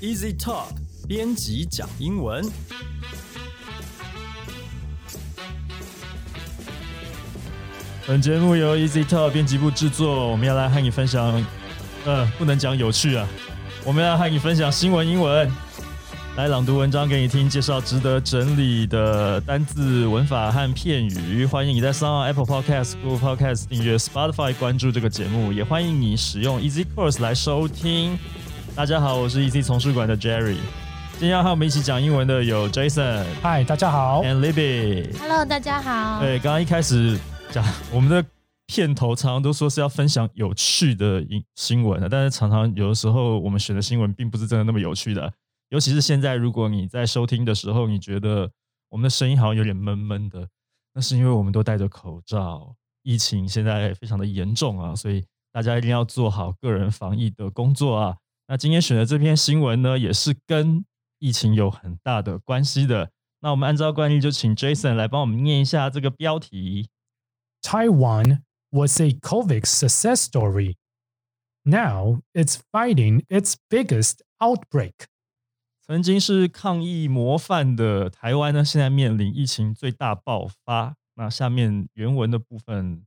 Easy Talk 编辑讲英文。本节目由 Easy Talk 编辑部制作，我们要来和你分享，呃，不能讲有趣啊，我们要和你分享新闻英文。来朗读文章给你听，介绍值得整理的单字、文法和片语。欢迎你在 s o Apple Podcast、Google Podcast 订阅 Spotify 关注这个节目，也欢迎你使用 Easy Course 来收听。大家好，我是 Easy 从事馆的 Jerry。今天要和我们一起讲英文的有 Jason 嗨，大家好。 and Libby。 Hello，大家好。对，刚刚一开始讲我们的片头，常常都说是要分享有趣的新新闻的，但是常常有的时候我们选的新闻并不是真的那么有趣的。尤其是现在，如果你在收听的时候，你觉得我们的声音好像有点闷闷的，那是因为我们都戴着口罩，疫情现在非常的严重啊，所以大家一定要做好个人防疫的工作啊。那今天选的这篇新闻呢，也是跟疫情有很大的关系的。那我们按照惯例，就请 Jason 来帮我们念一下这个标题。 Taiwan was a COVID success story. Now it's fighting its biggest outbreak. 曾经是抗疫模范的台湾呢，现在面临疫情最大爆发。那下面原文的部分，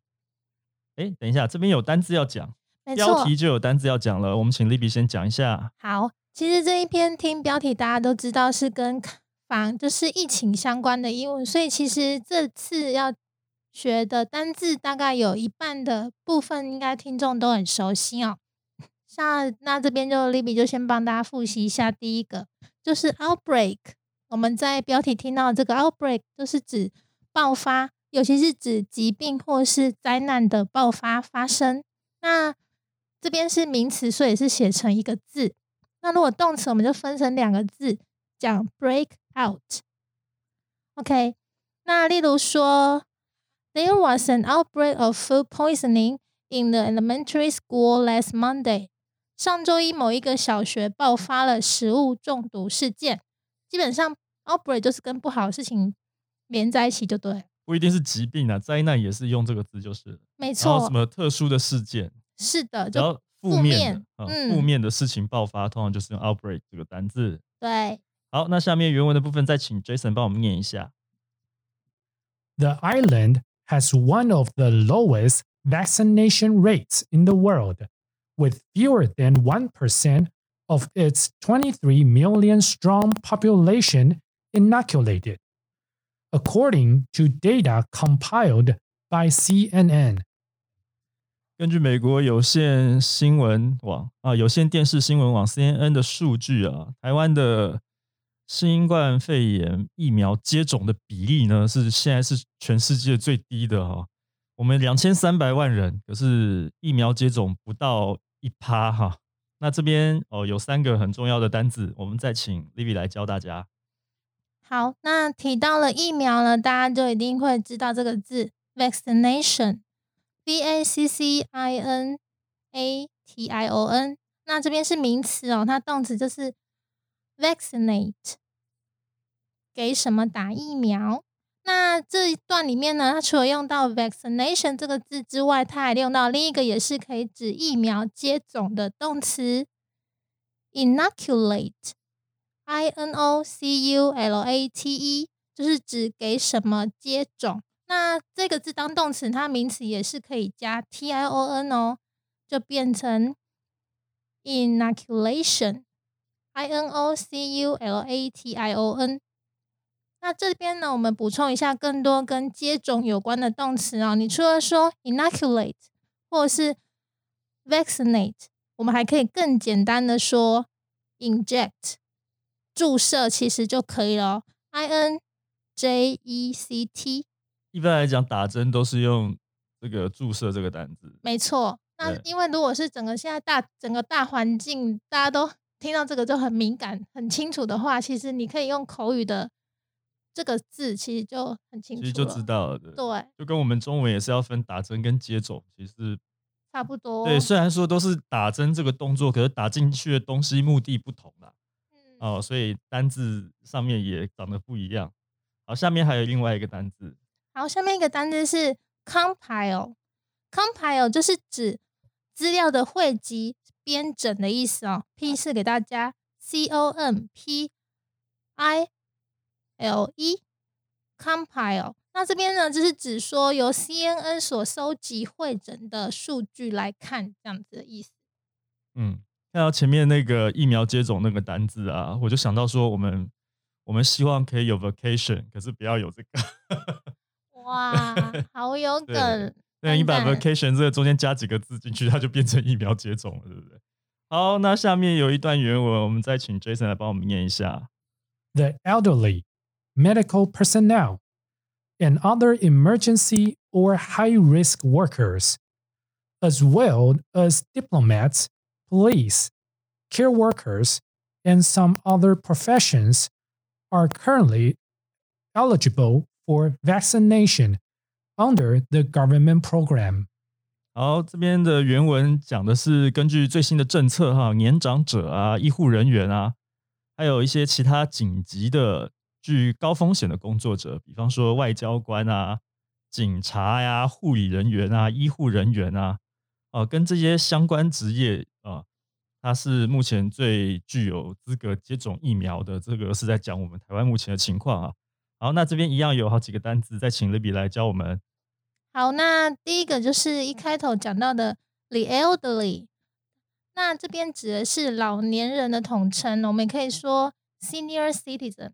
哎，等一下，这边有单字要讲，没标错，题就有单字要讲了。我们请 Libby 先讲一下。好。其实这一篇听标题，大家都知道是跟防就是疫情相关的英文，所以其实这次要学的单字大概有一半的部分，应该听众都很熟悉哦。像那这边就 Libby 就先帮大家复习一下第一个，就是 outbreak。我们在标题听到这个 outbreak，就是指爆发，尤其是指疾病或是灾难的爆发发生。那这边是名词，所以是写成一个字。那如果动词，我们就分成两个字讲 break out。OK，那例如说，There was an outbreak of food poisoning in the elementary school last Monday。上周一，某一个小学爆发了食物中毒事件。基本上，outbreak 就是跟不好的事情连在一起，就对了。不一定是疾病啊，灾难也是用这个字就是了。没然后错哦什，么特殊的事件，是的，只要就负负面面的，嗯，嗯负面的事情爆发，通常就是用 outbreak 这个单字。对。好，那下面原文的部分再请 Jason 帮我们念一下。 The island has one of the lowest vaccination rates in the world, with fewer than 1% of its 23 million strong population inoculated, according to data compiled by CNN. 根据美国有线新闻网啊，有线电视新闻网 CNN 的数据啊，台湾的新冠肺炎疫苗接种的比例呢，是现在是全世界最低的哈、我们两千三百万人，可是疫苗接种不到一趴哈。那这边哦，有三个很重要的单字，我们再请 Libby 来教大家。好，那提到了疫苗呢，大家就一定会知道这个字 vaccination，v a c c i n a t i o n。那这边是名词哦，它动词就是 vaccinate，给什么打疫苗。那这一段里面呢，它除了用到 vaccination 这个字之外，它还用到另一个也是可以指疫苗接种的动词 inoculate。I N O C U L A T E，就是指给什么接种。那这个字当动词，它名词也是可以加 T I O N 哦，就变成 inoculation。I N O C U L A T I O N。那这边呢，我们补充一下更多跟接种有关的动词哦。你除了说 inoculate 或者是 vaccinate，我们还可以更简单的说 inject。注射其实就可以了哦。I N J E C T，一般来讲，打针都是用这个注射这个单字，没错。那对因为如果是整个现在大整个大环境，大家都听到这个就很敏感、很清楚的话，其实你可以用口语的这个字，其实就很清其楚实就知了。道了。对对，就跟我们中文也是要分打针跟接种，其实差不多。对，虽然说都是打针这个动作，可是打进去的东西目的不同啦，嗯哦，所以单字上面也长得不一样。好，下面还有另外一个单字，好，下面一个单字是 compile。compile 就是指资料的汇集、编整的意思哦。P 是给大家 C O M P I L E compile。那这边呢，就是指说由 CNN 所收集会诊的数据来看，这样子的意思。嗯，看到前面那个疫苗接种那个单字啊，我就想到说，我们我们希望可以有 vacation，可是不要有这个。 哇，好 有对梗！那你把等等 vacation 这个中间加几个字进去，它就变成疫苗接种了，对不对？好，那下面有一段原文，我们再请 Jason 来帮我们念一下。 the elderly, medical personnel, and other emergency or high risk workers, as well as diplomats, police, care workers, and some other professions are currently eligible for vaccination under the government program. 好，这边的原文讲的是根据最新的政策哈，年长者啊、医护人员啊，还有一些其他紧急的、具高风险的工作者，比方说外交官啊、警察呀、护理人员啊、医护人员啊，哦、跟这些相关职业啊，它是目前最具有资格接种疫苗的。这个是在讲我们台湾目前的情况啊。好，那这边一样有好几个单字，再请 Libby 来教我们。好，那第一个就是一开头讲到的 the elderly，那这边指的是老年人的统称，我们也可以说 senior citizen。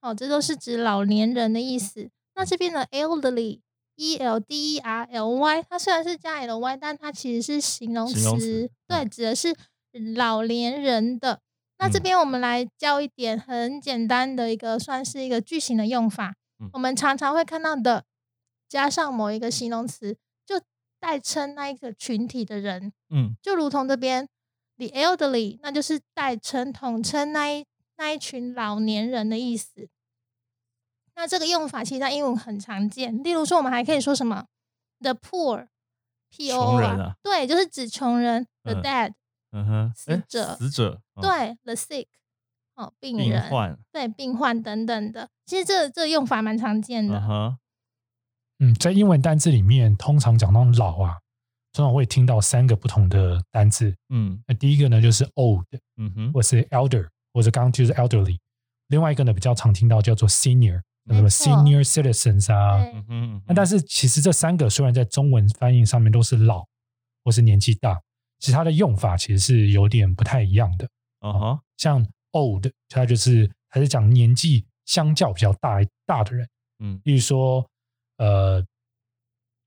哦，这都是指老年人的意思。那这边的 elderly，e l d e r l y，它虽然是加 l y，但它其实是形容形容词词，对，指的是老年人的。那这嗯边我们来教一点很简单的一个，算是一个句型的用法。嗯我们常常会看到的，加上某一个形容词，就代称那一个群体的人，嗯。就如同这边 the elderly，那就是代称、统称那一那一群老年人的意思。那这个用法其实在英文很常见，例如说我们还可以说什么 the poor，p o 穷 r，人啊对，就是指穷人，the 嗯 dead，、嗯哼，死诶者死者，哦，对，the sick，哦，病病人，患，对，病患等等的。其实这这个用法蛮常见的。嗯哼，嗯，在英文单字里面，通常讲到老啊，通常会听到三个不同的单字。嗯那第一个呢，就是 old，嗯哼，或是 elder，或者刚刚就是 elderly。另外一个呢，比较常听到叫做 senior，没那什么错 senior citizens 啊。对嗯，哼，嗯那但哼是其实这三个虽然在中文翻译上面都是老或是年纪大，其实它的用法其实是有点不太一样的。嗯哼，像 old，它就是还是讲年纪相较比较大大的人，嗯例如说呃，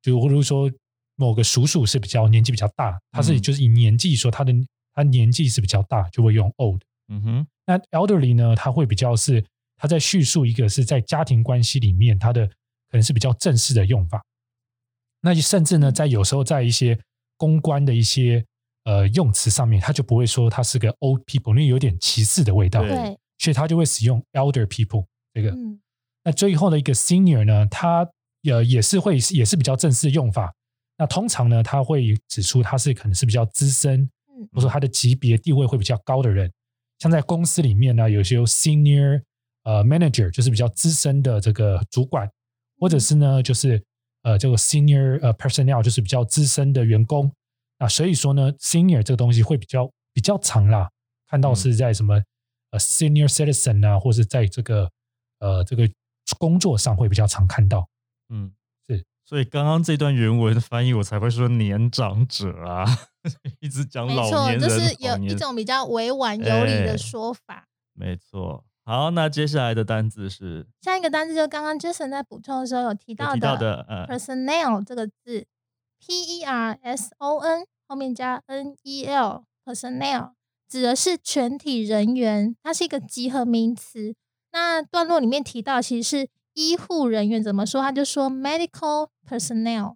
就或者说某个叔叔是比较年纪比较大，他是嗯就是以年纪说他的他年纪是比较大，就会用 old。嗯哼，那 elderly 呢，他会比较是他在叙述一个是在家庭关系里面他的可能是比较正式的用法。那甚至呢，在有时候在一些公关的一些呃用词上面，他就不会说他是个 old people，因为有点歧视的味道，对对，所以他就会使用 elder people 这个。嗯，那最后的一个 senior 呢，它呃也是会也是比较正式的用法。那通常呢，它会指出他是可能是比较资深，嗯或者说他的级别地位会比较高的人。像在公司里面呢，有些 senior 呃 manager 就是比较资深的这个主管，或者是呢就是呃这个 senior 呃 personnel 就是比较资深的员工。那所以说呢，senior 这个东西会比较比较长啦，嗯看到是在什么、呃 senior citizen 啊，或是在这个呃这个工作上会比较常看到。嗯，是，所以刚刚这段原文的翻译，我才会说年长者啊， 一直讲没老错，年人，就是老有一年种比较委婉有理哎的说法。没错。好，那接下来的单字是下一个单字就刚刚 Jason 在补充的时候有提有到提到的的，呃， personnel 这个字，P E R S O N 后面加 N E L personnel 指的是全体人员，它是一个集合名词。那段落里面提到其实是医护人员怎么说，他就说 medical personnel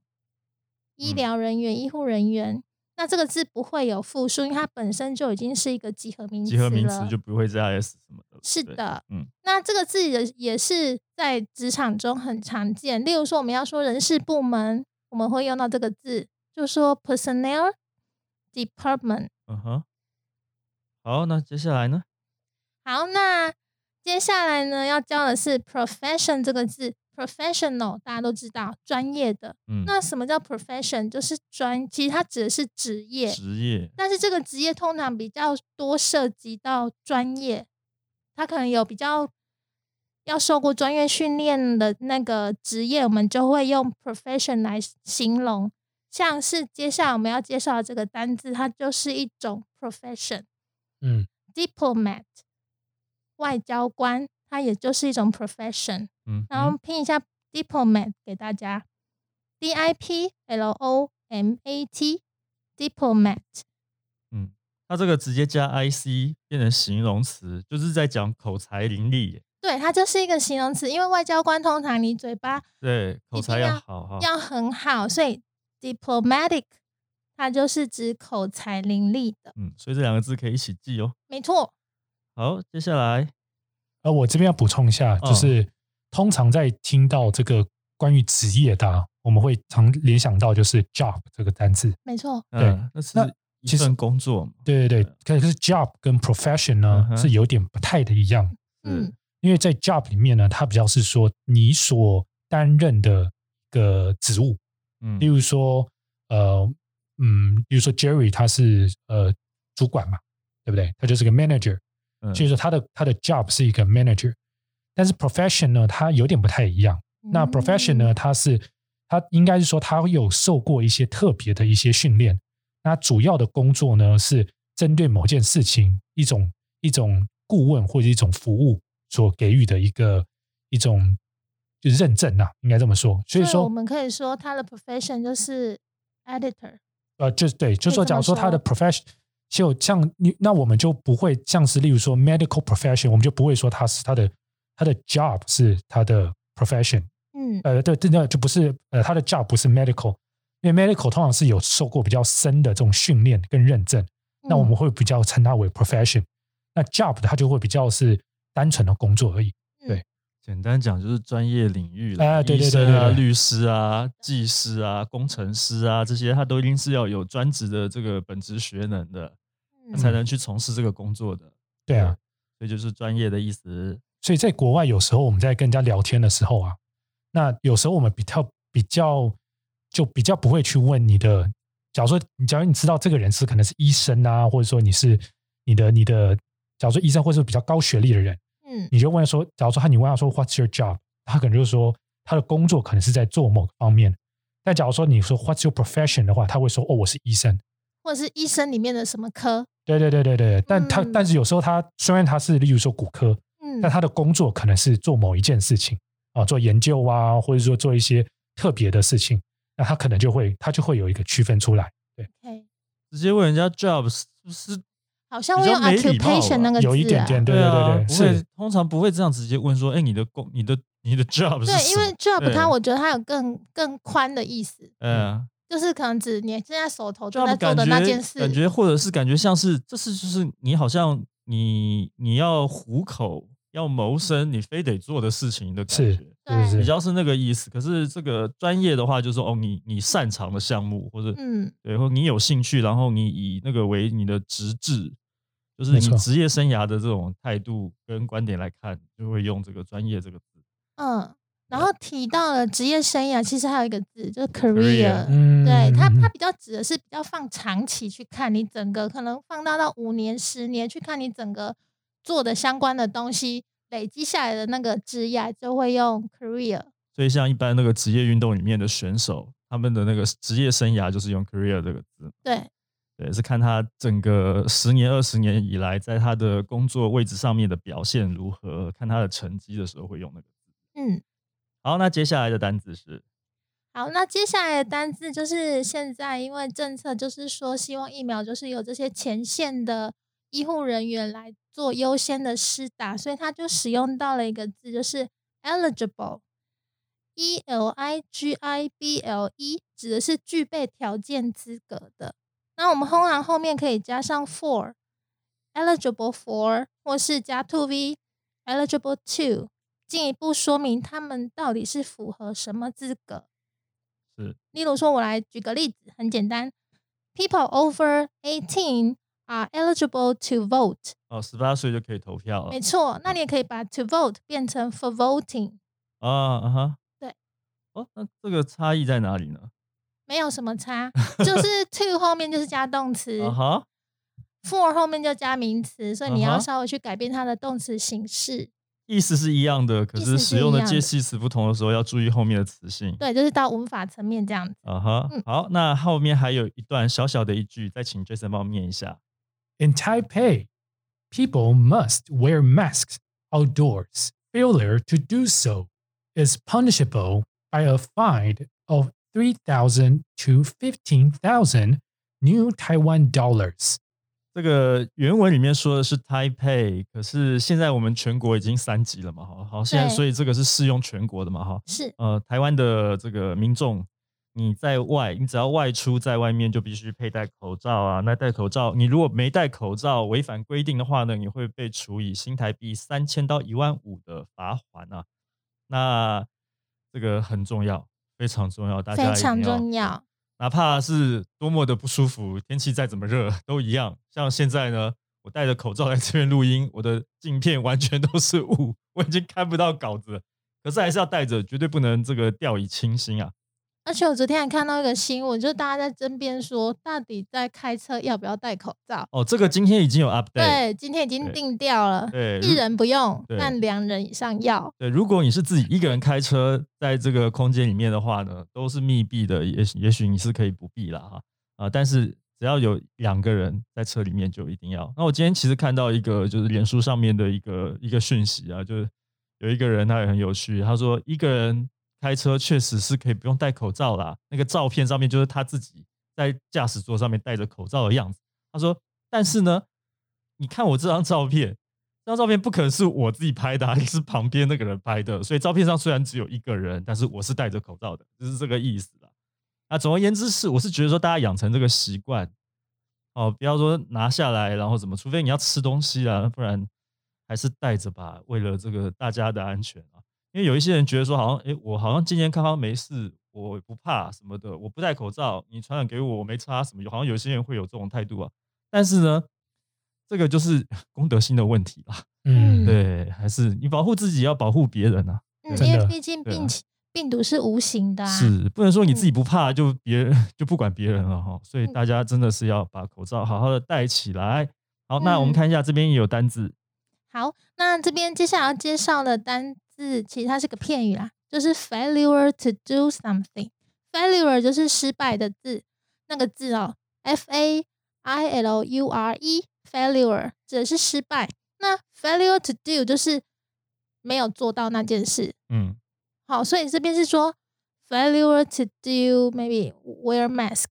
医嗯疗人员、医护人员。那这个字不会有复数，因为它本身就已经是一个集合名词集合名了词就不会加 s 什么的了，是对，的，嗯那这个字也也是在职场中很常见。例如说，我们要说人事部门，我们会用到这个字，就说 personnel department。嗯哼。好，那接下来呢？好，那接下来呢要教的是 profession 这个字 professional 大家都知道，专业的。嗯，那什么叫 profession？就是专，其实它指的是职业，职业但是这个职业通常比较多涉及到专业，它可能有比较要受过专业训练的那个职业，我们就会用 profession 来形容。像是接下来我们要介绍的这个单字，它就是一种 profession。嗯 diplomat 外交官，它也就是一种 profession。嗯，然嗯后拼一下 diplomat 给大家，d i p l o m a t diplomat。它这个直接加 I C 变成形容词，就是在讲口才伶俐耶，对，它就是一个形容词，因为外交官通常你嘴巴对，口一才定要要好哦哈。要很好，所以 diplomatic 它就是指口才伶俐的，嗯，所以这两个字可以一起记哦。没错。好，接下来，呃，我这边要补充一下，嗯就是通常在听到这个关于职业的、啊，我们会常联想到就是 job 这个单字。没错，对嗯，那是那一其实份工作嘛？对对对，可是 job 跟 profession 呢、嗯哼是有点不太的一样，是嗯，因为在 job 里面呢，它比较是说你所担任的一个职务，嗯例如说，呃，嗯，比如说 Jerry 他是呃主管嘛，对不对？他就是个 manager，嗯所以说他的他的 job 是一个 manager，但是 profession 呢，它有点不太一样。嗯那 profession 呢，它是它应该是说它有受过一些特别的一些训练。那主要的工作呢是针对某件事情一种一种顾问或者一种服务所给予的一个一种就是认证呐、应该这么说。所以嗯？所以说我们可以说它的 profession 就是 editor。呃，就是对，就可以说这假么如说他说的 profession 就像你，那我们就不会像是例如说 medical profession，我们就不会说他是他的他的 job 是他的 profession，嗯，呃，对，真的就不是呃他的 job 不是 medical，因为 medical 通常是有受过比较深的这种训练跟认证，那嗯我们会比较称它为 profession，那 job 它就会比较是单纯的工作而已。简单讲就是专业领域啦，哎对对医生对啊、对对律师啊、技师啊、工程师啊，这些他都一定是要有专职的这个本职学能的，他嗯才能去从事这个工作的。对啊，所以就是专业的意思。所以在国外有时候我们在跟人家聊天的时候啊，那有时候我们比较比较就比较不会去问你的，假如说你假如你知道这个人是可能是医生啊，或者说你是你的你的，假如说医生或者是比较高学历的人，嗯你就问说，假如说他你问他说 What's your job？他可能就说他的工作可能是在做某个方面。但假如说你说 What's your profession 的话，他会说哦我是医生。或者是医生里面的什么科？对对对对对，但他、嗯但是有时候他虽然他是例如说骨科，嗯，但他的工作可能是做某一件事情啊，做研究啊，或者说做一些特别的事情，那他可能就会他就会有一个区分出来， OK 直接问人家 job 是不是？好像比会较用没礼貌 occupation 吧那个字、啊，有一点点，对对啊，对对，不是会，通常不会这样直接问说，哎，你的工、你的、你的 job 是对，什因为么 job 对它我觉得它有更更宽的意思，嗯，就是可能指你现在手头正在 job 做感觉的那件事，感觉或者是感觉像是这是就是你好像你你要糊口要谋生，你非得做的事情的感是觉。是对比是较是那个意思。可是这个专业的话，就是说哦，你你擅长的项目，或者、嗯，对，或你有兴趣，然后你以那个为你的职志，就是没你错职业生涯的这种态度跟观点来看，就会用这个专业这个字。嗯，然后提到了职业生涯，其实还有一个字就是 Career career，、嗯，对它嗯它比较指的是比较放长期去看你整个，可能放大到五年、十年去看你整个做的相关的东西累积下来的那个职业，就会用 career。所以像一般那个职业运动里面的选手，他们的那个职业生涯就是用 career 这个字。对，对，是看他整个十年、二十年以来，在他的工作位置上面的表现如何，看他的成绩的时候会用那个字。嗯，好，那接下来的单字是好，那接下来的单字就是现在，因为政策就是说，希望疫苗就是有这些前线的医护人员来做优先的施打，所以他就使用到了一个字，就是 eligible，e l i g i b l e，指的是具备条件资格的。那我们通常后面可以加上 for，eligible for，或是加 to v，eligible to，进一步说明他们到底是符合什么资格。是例如说，我来举个例子，很简单，People over eighteen are eligible to vote。哦，十八岁就可以投票了没。错，那你也可以把 to vote 变成 for voting。啊啊哈，哦，那这个差异在哪里呢？啊没有什么 差，就是 to 后面就是加动词、啊哈， for 后面就加名词，所以你啊哈要稍微去改变它的动词形式。意思是一样的，可意是思使是用一的样介的系词不同的时候，要注意后面的词性。对，就是到文法层面这样子。啊哈嗯好，那后面还有一段小小的一句，再请 Jason 帮我念一下。 In Taipei, people must wear masks outdoors. Failure to do so is punishable by a fine of 3,000 to 15,000 new Taiwan dollars. 这个原文里面说的是 Taipei，可是现在我们全国已经三级了嘛，好好，现在对所以这个是适用全国的嘛，哈，是呃，台湾的这个民众，你在外，你只要外出，在外面就必须佩戴口罩啊。那戴口罩，你如果没戴口罩，违反规定的话呢，你会被处以新台币三千到一万五的罚款啊。那这个很重要，非常重要，大家非一定常要重要。哪怕是多么的不舒服，天气再怎么热都一样。像现在呢，我戴着口罩来这边录音，我的镜片完全都是雾， 我已经看不到稿子了，可是还是要戴着，绝对不能这个掉以轻心啊！而且我昨天还看到一个新闻，就是大家在争辩说，到底在开车要不要戴口罩？哦，这个今天已经有 update，对，今天已经对定掉了，对一人不用，对但两人以上要。对，如果你是自己一个人开车，在这个空间里面的话呢，都是密闭的，也许也许你是可以不必啦哈啊、但是只要有两个人在车里面，就一定要。那我今天其实看到一个就是脸书上面的一个一个讯息啊，就是有一个人他也很有趣，他说一个人开车确实是可以不用戴口罩啦，那个照片上面就是他自己在驾驶座上面戴着口罩的样子。他说，但是呢，你看我这张照片，这张照片不可能是我自己拍的、啊， 是旁边那个人拍的，所以照片上虽然只有一个人，但是我是戴着口罩的，就是这个意思啦。啊，总而言之是，我是觉得说大家养成这个习惯，哦，不要说拿下来，然后怎么，除非你要吃东西啊，不然还是戴着吧，为了这个大家的安全啊。因为有一些人觉得说，好像诶，我好像健健康康没事，我不怕什么的，我不戴口罩，你传染给我，我没差什么，好像有些人会有这种态度啊。但是呢，这个就是 公德心的问题啦。嗯。对，还是你保护自己，要保护别人啊。嗯，真因为的毕竟对啊病情病毒是无形的、啊，是不能说你自己不怕，就别人 就不管别人了哈。所以嗯大家真的是要把口罩好好的戴起来。好，那我们嗯看一下这边也有单字，好，那这边接下来要介绍的单字，其实它是个片语啦，就是 failure to do something。failure 就是失败的字，那个字哦，f a i l u r e，failure 指的是失败。那 failure to do 就是没有做到那件事。嗯，好，所以这边是说 failure to do maybe wear mask，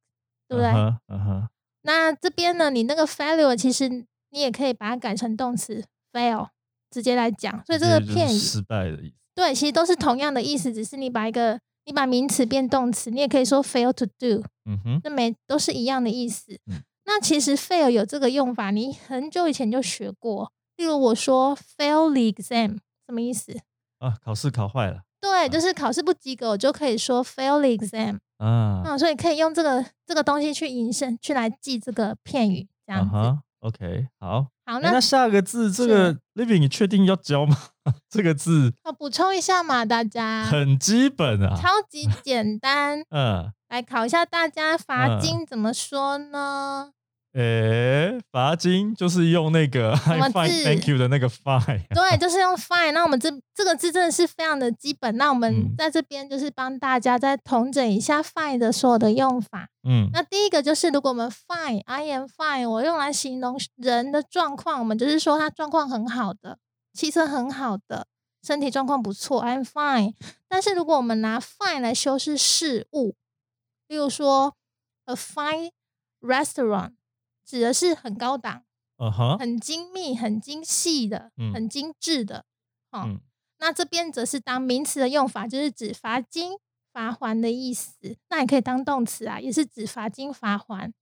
对不对？嗯哼嗯哼，那这边呢，你那个 failure 其实你也可以把它改成动词 fail，直接来讲。所以这个其实就是片语失败的意思。对，其实都是同样的意思，只是你把一个你把名词变动词，你也可以说 fail to do，嗯哼，那没都是一样的意思。嗯那其实 fail 有这个用法，你很久以前就学过。例如我说 fail the exam 什么意思？啊，考试考坏了对，就是考试不及格，我就可以说 fail the exam。啊，嗯，所以可以用这个这个东西去引申，去来记这个片语，这样啊子。哈，OK，好。好，哎那那下个字这是个 living 你确定要教吗？ 这个字我呃补充一下嘛，大家很基本啊， 超级简单，嗯，来考一下大家罚嗯金怎么说呢？诶，罚金就是用那个 I 么 fine 字 thank you 的那个 fine， 对，就是用 fine。那我们这这个字真的是非常的基本，那我嗯们在这边就是帮大家再统整一下 fine 的所有的用法。嗯那第一个就是，如果我们 fine，I am fine，我用来形容人的状况，我们就是说他状况很好的，气色很好的，身体状况不错，I am fine。但是如果我们拿 fine 来修饰事物，例如说 a fine restaurant，指的是很高档、嗯哼，很精密、很精细的、嗯很精致的。哦，嗯那这边则是当名词的用法，就是指罚金、罚还的意思。那也可以当动词啊，也是指罚金、罚还。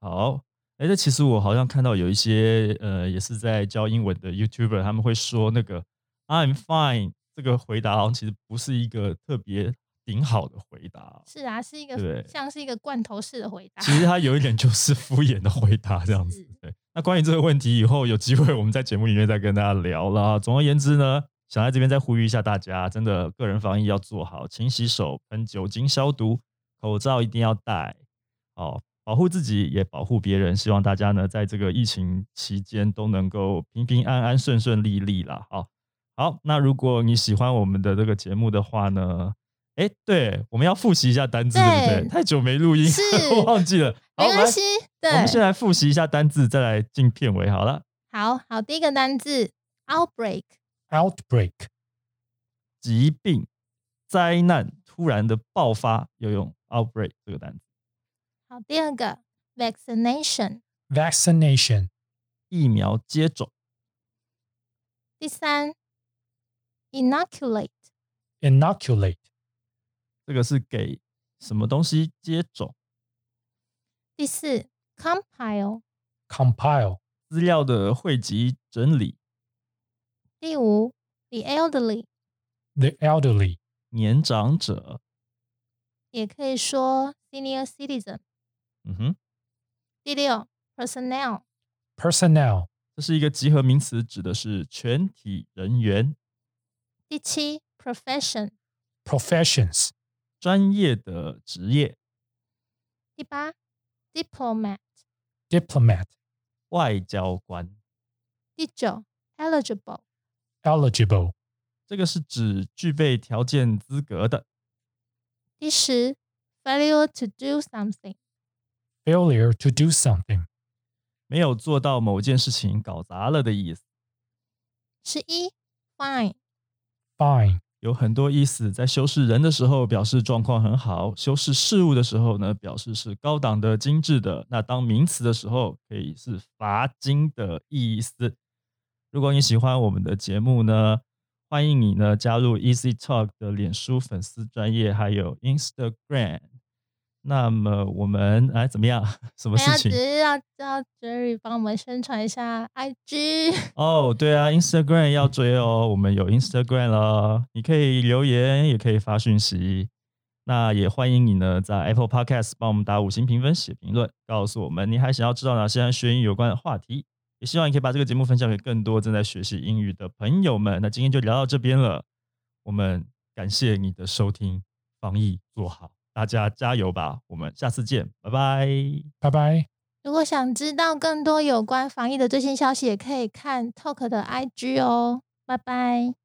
好，哎，那其实我好像看到有一些呃，也是在教英文的 YouTuber，他们会说那个 I'm fine 这个回答，好像其实不是一个特别顶好的回答，哦是啊，是一对个像是一个罐头式的回答。其实它有一点就是敷衍的回答这样子。 是对，那关于这个问题，以后有机会我们在节目里面再跟大家聊啦。总而言之呢，想在这边再呼吁一下大家，真的个人防疫要做好，勤洗手、喷酒精消毒，口罩一定要戴，哦，保护自己也保护别人。希望大家呢，在这个疫情期间都能够平平安安、顺顺利利啦。好、好，那如果你喜欢我们的这个节目的话呢，哎，对，我们要复习一下单字，对不对？对太久没录音，是我 忘记了。好，没我们来关系，对我，们先来复习一下单字，再来进片尾好了。好好，第一个单字 outbreak， outbreak, 疾病、灾难突然的爆发，有用 outbreak 这个单词；好，第二个 vaccination， vaccination, 疫苗接种、第三 inoculate， inoculate, 这个是给什么东西接种？第四 compile， compile, 资料的汇集整理，第五 the elderly， the elderly, 年长者，也可以说 senior citizen。嗯哼，第六 personnel， personnel, 这是一个集合名词，指的是全体人员、第七 profession， professions, 专业的职业、第八 diplomat， diplomat, 外交官。第九 eligible， eligible, 这个是指具备条件资格的。第十 failure to do something， failure to do something, 没有做到某件事情搞砸了的意思，十一 fine， fine, 有很多意思。在修饰人的时候，表示状况很好；修饰事物的时候呢，表示是高档的、精致的。那当名词的时候，可以是罚金的意思。如果你喜欢我们的节目呢，欢迎你呢加入 Easy Talk 的脸书粉丝专业，还有 Instagram。那么我们哎怎么样？ 什么大事家情只？是要叫 Jerry 帮我们宣传一下 IG， 哦，对啊，Instagram 要追哦，我们有 Instagram 了，你可以留言，也可以发讯息。那也欢迎你呢，在 Apple Podcast 帮我们打五星评分、写评论，告诉我们你还想要知道哪些和学英语有关的话题。也希望你可以把这个节目分享给更多正在学习英语的朋友们。那今天就聊到这边了，我们感谢你的收听，防疫做好，大家加油吧！我们下次见，拜拜。 bye bye. 如果想知道更多有关防疫的最新消息，也可以看 Talk 的 IG 哦，拜拜。